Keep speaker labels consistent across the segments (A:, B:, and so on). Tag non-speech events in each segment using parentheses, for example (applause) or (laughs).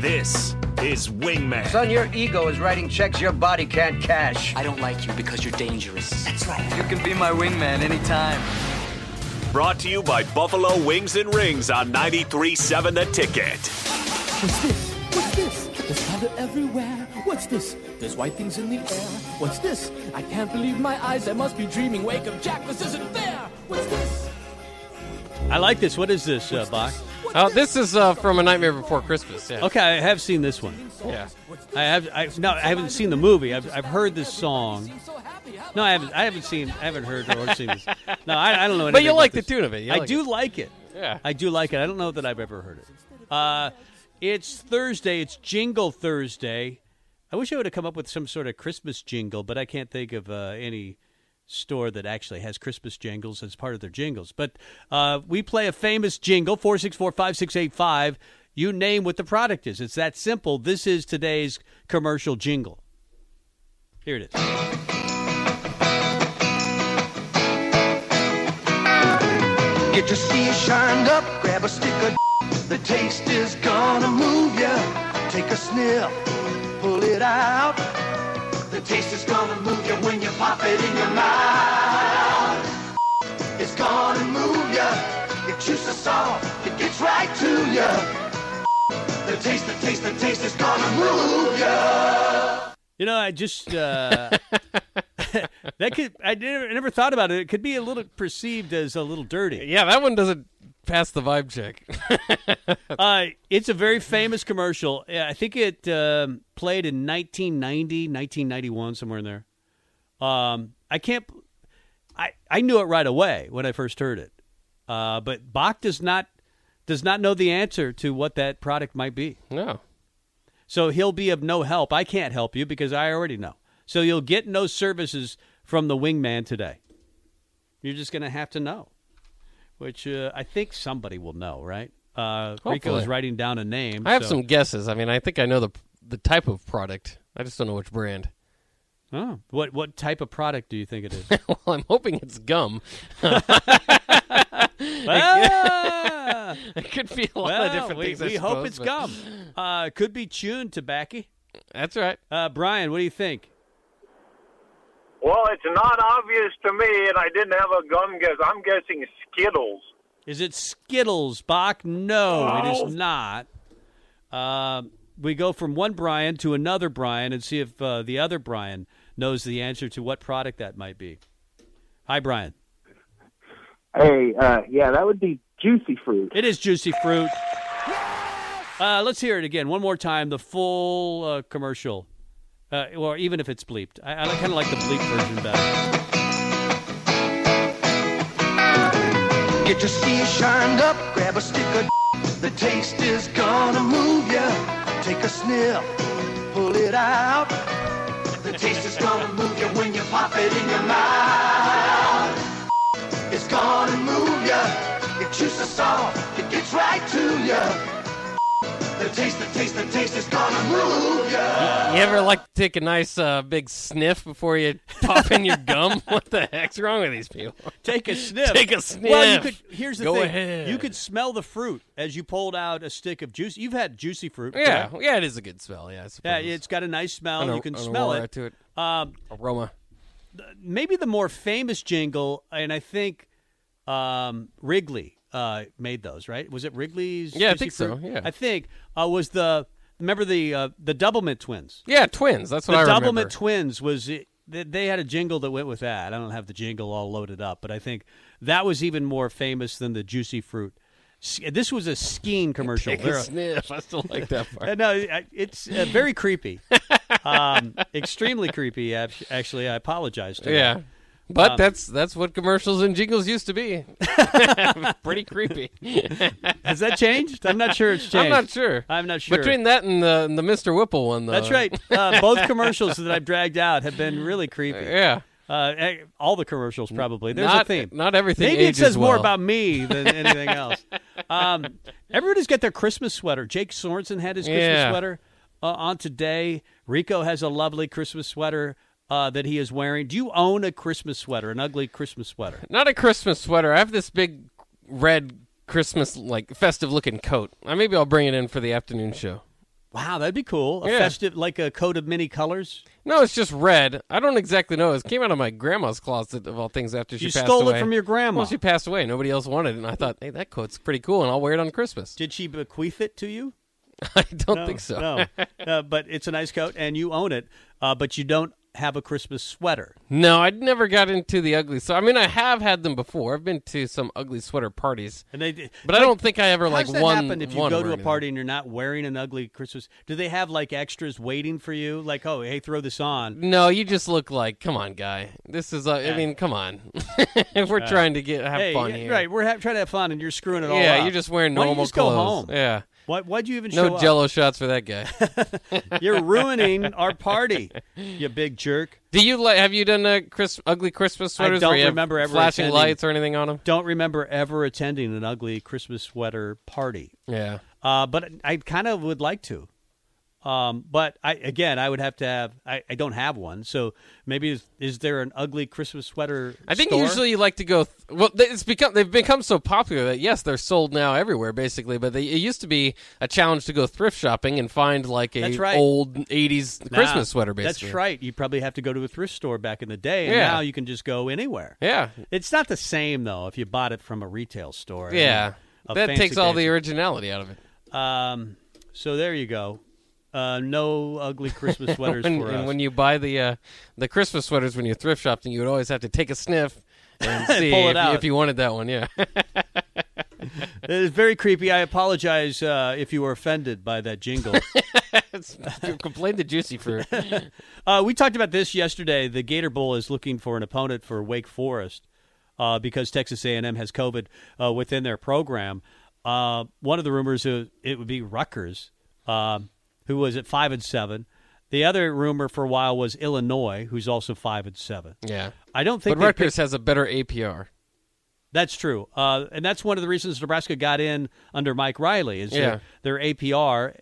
A: This is Wingman.
B: Son, your ego is writing checks your body can't cash.
C: I don't like you because you're dangerous. That's right.
B: You can be my wingman anytime.
A: Brought to you by Buffalo Wings and Rings on 93.7 The Ticket.
D: What's this? What's this? There's powder everywhere. What's this? There's white things in the air. What's this? I can't believe my eyes. I must be dreaming. Wake up, Jack. This isn't fair. What's this?
E: I like this. What is this, uh, Bach?
F: Oh, this is uh, from A Nightmare Before Christmas. Yeah.
E: Okay, I have seen this one.
F: Yeah.
E: I have. I, no, I haven't seen the movie. I've, I've heard this song. No, I haven't. I haven't seen. I haven't heard or seen this. No, I, I don't know.
F: But you
E: anything
F: like
E: about
F: the
E: this.
F: tune of it. You
E: I
F: like
E: do
F: it.
E: like it.
F: Yeah.
E: I do like it. I don't know that I've ever heard it. Uh, it's Thursday. It's Jingle Thursday. I wish I would have come up with some sort of Christmas jingle, but I can't think of uh, any store that actually has Christmas jingles as part of their jingles. But uh, we play a famous jingle, 464-5685. You name what the product is. It's that simple. This is today's commercial jingle. Here it is.
B: Get your sea shined up, grab a stick of The taste is gonna move ya. Take a sniff, pull it out. The taste is gonna move ya when you pop it in your mouth. It's gonna move ya. Your juice is soft, it gets right to ya. The taste, the taste, the taste is gonna move ya.
E: You know, I just uh, (laughs) that could I never, I never thought about it. It could be a little perceived as a little dirty.
F: Yeah, that one doesn't pass the vibe check. (laughs)
E: Uh, it's a very famous commercial. Yeah, I think it um, played in 1990, 1991, somewhere in there. Um, I can't. I I knew it right away when I first heard it, uh, but Bach does not does not know the answer to what that product might be.
F: no.
E: So he'll be of no help. I can't help you because I already know. So you'll get no services from the wingman today. You're just going to have to know, which uh, I think somebody will know, right? Uh, Rico
F: Hopefully.
E: is writing down a name.
F: I have
E: so-
F: some guesses. I mean, I think I know the the type of product. I just don't know which brand. (laughs)
E: Oh, what what type of product do you think it is?
F: well, I'm hoping it's gum. (laughs)
E: Ah!
F: It could be a lot
E: well,
F: of different
E: we,
F: things. I
E: we hope
F: suppose,
E: it's
F: but-
E: gum. Uh, could be chewing tobacco.
F: That's right.
E: Uh, Brian, what do you think?
G: Well, it's not obvious to me, and I didn't have a gum guess. I'm guessing Skittles.
E: Is it Skittles, Bach? No, it is not. Um we go from one Brian to another Brian and see if uh, the other Brian knows the answer to what product that might be. Hi, Brian.
H: Hey, uh, yeah, that would be juicy fruit.
E: It is Juicy Fruit. Uh, let's hear it again one more time, the full uh, commercial, uh, or even if it's bleeped. I, I kind of like the bleep version better.
B: Get your sea shined up, grab a stick of The taste is gonna move ya. Take a sniff, pull it out. The taste is gonna move ya when you pop it in your mouth. It's gonna move ya. Your juice is soft, it gets right to ya. The taste, the taste, the taste is gonna move ya.
F: You ever like to take a nice uh, big sniff before you (laughs) pop in your gum? (laughs) What the heck's wrong with these people? (laughs)
E: Take a sniff.
F: Take a
E: Well, you
F: sniff.
E: could. Here's the
F: Go
E: thing.
F: ahead.
E: You could smell the fruit as you pulled out a stick of juice. You've had juicy fruit.
F: Yeah,
E: correct?
F: yeah, it is a good smell. Yeah, I
E: Yeah,
F: suppose.
E: it's got a nice smell.
F: An ar-
E: you can
F: an
E: smell
F: aura
E: it.
F: to it.
E: Um,
F: aroma.
E: maybe the more famous jingle, and I think um, Wrigley uh, made those. Right? Was it Wrigley's?
F: Yeah, I
E: Juicy
F: think so,
E: Fruit?
F: yeah.
E: I think uh, was the remember the uh, the Doublemint twins.
F: Yeah, twins. That's what
E: the
F: I
E: Doublemint
F: remember.
E: twins was it, they, they had a jingle that went with that. I don't have the jingle all loaded up, but I think that was even more famous than the Juicy Fruit. S- This was a skiing commercial.
F: Take
E: They're
F: a
E: a-
F: sniff. (laughs) I still like that
E: Uh,
F: part.
E: no, I- it's uh, very (laughs) creepy. um, extremely creepy, ab- actually. I apologize to
F: yeah.
E: that.
F: But that's that's what commercials and jingles used
E: (laughs)
F: to be. Pretty creepy.
E: Has that changed? I'm not sure it's changed.
F: (laughs) I'm not sure.
E: I'm not sure.
F: Between that and the and the Mr. Whipple one, though.
E: That's right. Uh, both commercials that I've dragged out have been really creepy.
F: (laughs) Yeah.
E: Uh, eh, all the commercials probably. There's
F: not,
E: a theme.
F: Not everything.
E: Maybe it
F: ages
E: says more
F: well.
E: about me (laughs) than anything else. Um, everybody's got their Christmas sweater. Jake Sorensen had his Christmas
F: Yeah.
E: sweater uh, on today. Rico has a lovely Christmas sweater uh, that he is wearing. Do you own a Christmas sweater? An ugly Christmas sweater?
F: Not a Christmas sweater. I have this big red Christmas like festive looking coat. Uh, maybe I'll bring it in for the afternoon show.
E: Wow, that'd be cool. A
F: Yeah.
E: festive, like a coat of many colors.
F: No, it's just red. I don't exactly know. It came out of my grandma's closet of all things after she
E: you
F: passed
E: stole
F: away.
E: it from your grandma.
F: Well, she passed away. Nobody else wanted it, and I thought, hey, that coat's pretty cool, and I'll wear it on Christmas. (laughs)
E: Did she bequeath it to you?
F: I don't
E: No,
F: think so.
E: (laughs) no, Uh, but it's a nice coat, and you own it, uh, but you don't have a Christmas sweater.
F: No, I never got into the ugly. So I mean, I have had them before. I've been to some ugly sweater parties,
E: And they,
F: but I don't think I ever like
E: How's that
F: one.
E: happen if you
F: won
E: go
F: or
E: to a
F: anything.
E: party and you're not wearing an ugly Christmas? Do they have like extras waiting for you? Like, oh, hey, throw this on.
F: No, you just look like, come on, guy. This is, uh, I mean, come on. (laughs) If We're trying to get have
E: Uh, hey,
F: fun
E: yeah,
F: here,
E: right? We're ha- trying to have fun, and you're screwing it all.
F: Yeah,
E: up.
F: you're just wearing
E: Why
F: normal
E: don't you just
F: clothes.
E: Go home.
F: Yeah,
E: Why, why'd you even show
F: no
E: up?
F: Jello shots for that guy.
E: (laughs) You're ruining
F: (laughs)
E: our party, you big jerk.
F: Do you like? Have you done uh, Chris, ugly Christmas
E: I
F: sweaters?
E: don't
F: where you have
E: remember ever
F: flashing
E: attending-
F: lights or anything on them.
E: Don't remember ever attending an ugly Christmas sweater party.
F: Yeah,
E: Uh, but I kind of would like to. Um, but I again, I would have to have. I, I don't have one, so maybe is, is there an ugly Christmas sweater?
F: I think
E: store?
F: usually you like to go. Th- well, th- it's become they've become so popular that yes, they're sold now everywhere basically. But they, it used to be a challenge to go thrift shopping and find like a
E: That's right.
F: old '80s
E: Nah,
F: Christmas sweater. Basically,
E: That's right. You probably have to go to a thrift store back in the day, and
F: Yeah.
E: now you can just go anywhere.
F: Yeah,
E: It's not the same though if you bought it from a retail store. I
F: yeah.
E: mean, a
F: That
E: fancy
F: takes all
E: fancy-
F: the originality out of it.
E: Um, so there you go. Uh, no ugly
F: (laughs)
E: Christmas sweaters
F: When,
E: for
F: and
E: us.
F: when you buy the uh, the Christmas sweaters when you thrift shopping, you would always have to take a sniff and
E: (laughs)
F: see
E: Pull it
F: if, you-
E: out.
F: if you wanted that one. Yeah, (laughs)
E: it is very creepy. I apologize uh, if you were offended by that jingle.
F: It's- complain to
E: (laughs)
F: Juicy for
E: Uh, we talked about this yesterday. The Gator Bowl is looking for an opponent for Wake Forest uh, because Texas A&M has COVID uh, within their program. Uh, one of the rumors is it would be Rutgers, um, who was at five and seven. The other rumor for a while was Illinois, who's also five and seven.
F: yeah.
E: I don't think
F: But
E: they
F: Rutgers
E: picked-
F: has a better APR.
E: that's true, uh, and that's one of the reasons Nebraska got in under Mike Riley. Is
F: Yeah.
E: their, their APR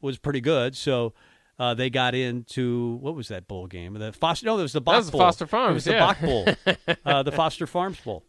E: was pretty good, so uh, they got into what was that bowl game? The Foster? No, it was the Bach
F: was the
E: Bowl.
F: Foster
E: It
F: Farms,
E: was
F: yeah.
E: the Bach Bowl,
F: (laughs)
E: uh, the Foster Farms Bowl.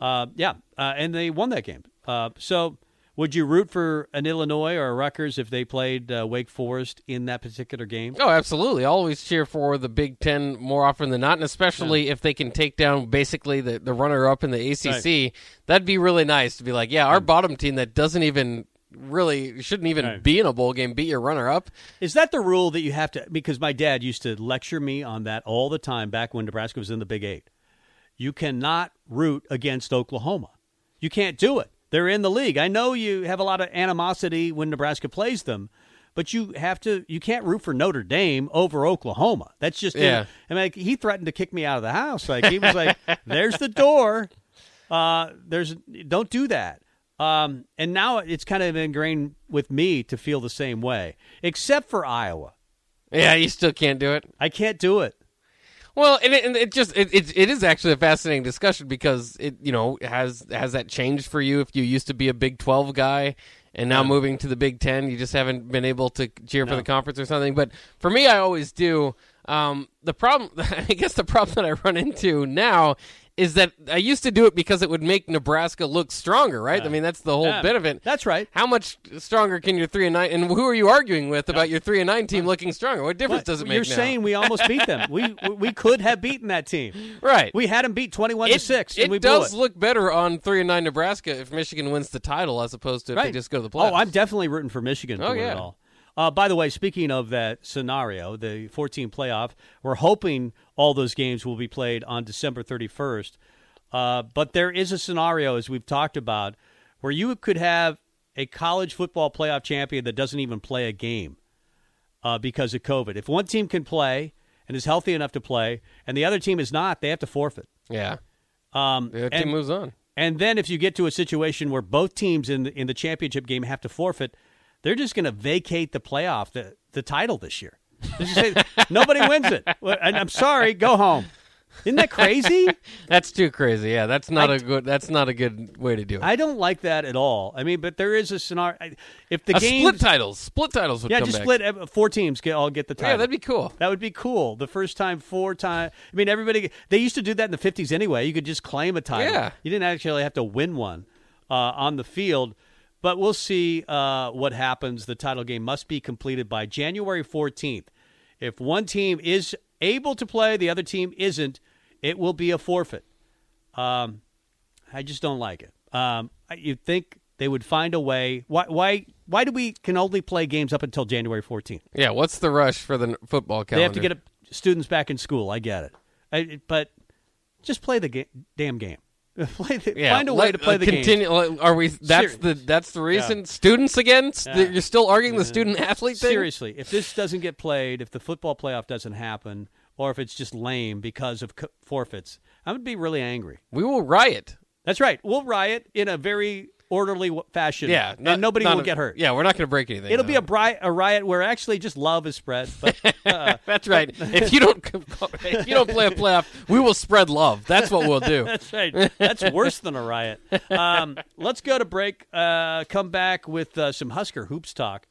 E: Uh, yeah, uh, and they won that game. Uh, so, would you root for an Illinois or a Rutgers if they played uh, Wake Forest in that particular game?
F: Oh, absolutely. I always cheer for the Big Ten more often than not, and especially if they can take down basically the, the runner up in the ACC. That'd be really nice to be like, yeah, our bottom team that doesn't even really shouldn't even be in a bowl game beat your runner up.
E: Is that the rule that you have to? Because my dad used to lecture me on that all the time back when Nebraska was in the Big Eight. You cannot root against Oklahoma. You can't do it. They're in the league. I know you have a lot of animosity when Nebraska plays them, but you have to. You can't root for Notre Dame over Oklahoma. That's just
F: Yeah.
E: I mean, like, he threatened to kick me out of the house. Like he was like, "There's the door. Uh, there's don't do that." Um, and now it's kind of ingrained with me to feel the same way, except for Iowa.
F: Yeah, you still can't do it.
E: I can't do it.
F: Well, and it, and it just it, it it is actually a fascinating discussion because it you know has has that changed for you if you used to be a Big Twelve guy and now moving to the Big Ten, you just haven't been able to cheer for the conference or something. But for me, I always do. Um, the problem, (laughs) I guess, the problem that I run into now is that I used to do it because it would make Nebraska look stronger, right? I mean, that's the whole bit of it.
E: That's right.
F: How much stronger can your three and nine? And who are you arguing with about your three and nine team looking stronger? What difference
E: But
F: does it make?
E: You're
F: now?
E: saying we almost beat
F: (laughs)
E: them. We we- we could have beaten that team.
F: right?
E: We had them beat 21 to 6
F: it
E: and we blew
F: does
E: it.
F: look better on three and nine Nebraska if Michigan wins the title as opposed to if they just go to the playoffs.
E: Oh, I'm definitely rooting for Michigan to
F: Oh,
E: win
F: yeah.
E: it all. Uh, by the way, speaking of that scenario, the 14 playoff, we're hoping all those games will be played on December 31st. Uh, but there is a scenario, as we've talked about, where you could have a college football playoff champion that doesn't even play a game uh, because of COVID. If one team can play and is healthy enough to play, and the other team is not, they have to forfeit.
F: Yeah.
E: Um,
F: The other
E: and-
F: team moves on.
E: and then if you get to a situation where both teams in the, in the championship game have to forfeit, they're just going to vacate the playoff, the, the title this year. They just say, (laughs) Nobody wins it. Well, And I'm sorry, go home. Isn't that crazy?
F: That's too crazy. Yeah, that's not
E: I-
F: a good. That's not a good way to do it.
E: I don't like that at all. I mean, but there is a scenario. If the
F: A
E: game
F: split titles. Split titles would
E: yeah,
F: come
E: just
F: back.
E: split ev- four teams get all get the title.
F: Yeah, that'd be cool.
E: That would be cool. The first time, four time. I mean, everybody. They used to do that in the fifties anyway. You could just claim a title.
F: Yeah.
E: you didn't actually have to win one uh, on the field. But we'll see uh, what happens. The title game must be completed by January fourteenth. If one team is able to play, the other team isn't. It will be a forfeit. Um, I just don't like it. Um, I- you'd think they would find a way. Why? Why? Why do we can only play games up until January fourteenth?
F: Yeah, what's the rush for the n- football calendar?
E: They have to get uh, students back in school. I get it, I, it- but just play the ga- damn game. (laughs) play the,
F: Yeah,
E: find a
F: let-
E: way to play
F: uh,
E: the
F: continue,
E: game.
F: le- Are we? That's
E: Seri-
F: the that's the reason. Students again? S-
E: Yeah.
F: You're still arguing the student athlete thing?
E: Seriously, if this doesn't get played, if the football playoff doesn't happen, or if it's just lame because of co- forfeits, I would be really angry.
F: We will riot.
E: That's right. We'll riot in a very orderly w- fashion.
F: Yeah,
E: and nobody
F: not
E: will
F: a-
E: get hurt.
F: Yeah, we're not going to break anything.
E: It'll
F: no.
E: be a, bri- a riot where actually just love is spread. But
F: (laughs)
E: uh,
F: That's right. If you don't (laughs) if you don't play a playoff, we will spread love. That's what we'll do.
E: that's right. That's worse than a riot. Um, let's go to break. Uh, come back with uh, some Husker hoops talk.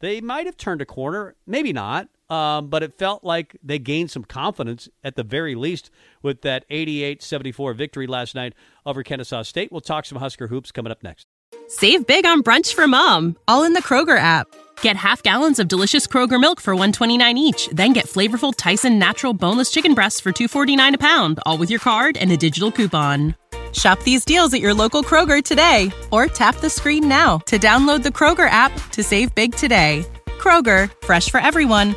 E: They might have turned a corner, maybe not, um, but it felt like they gained some confidence at the very least with that 88 74 victory last night over Kennesaw State. We'll talk some Husker hoops coming up next.
I: Save big on brunch for mom, all in the Kroger app. Get half gallons of delicious Kroger milk for 129 each, then get flavorful Tyson natural boneless chicken breasts for 249 a pound, all with your card and a digital coupon. Shop these deals at your local Kroger today or tap the screen now to download the Kroger app to save big today. Kroger, fresh for everyone.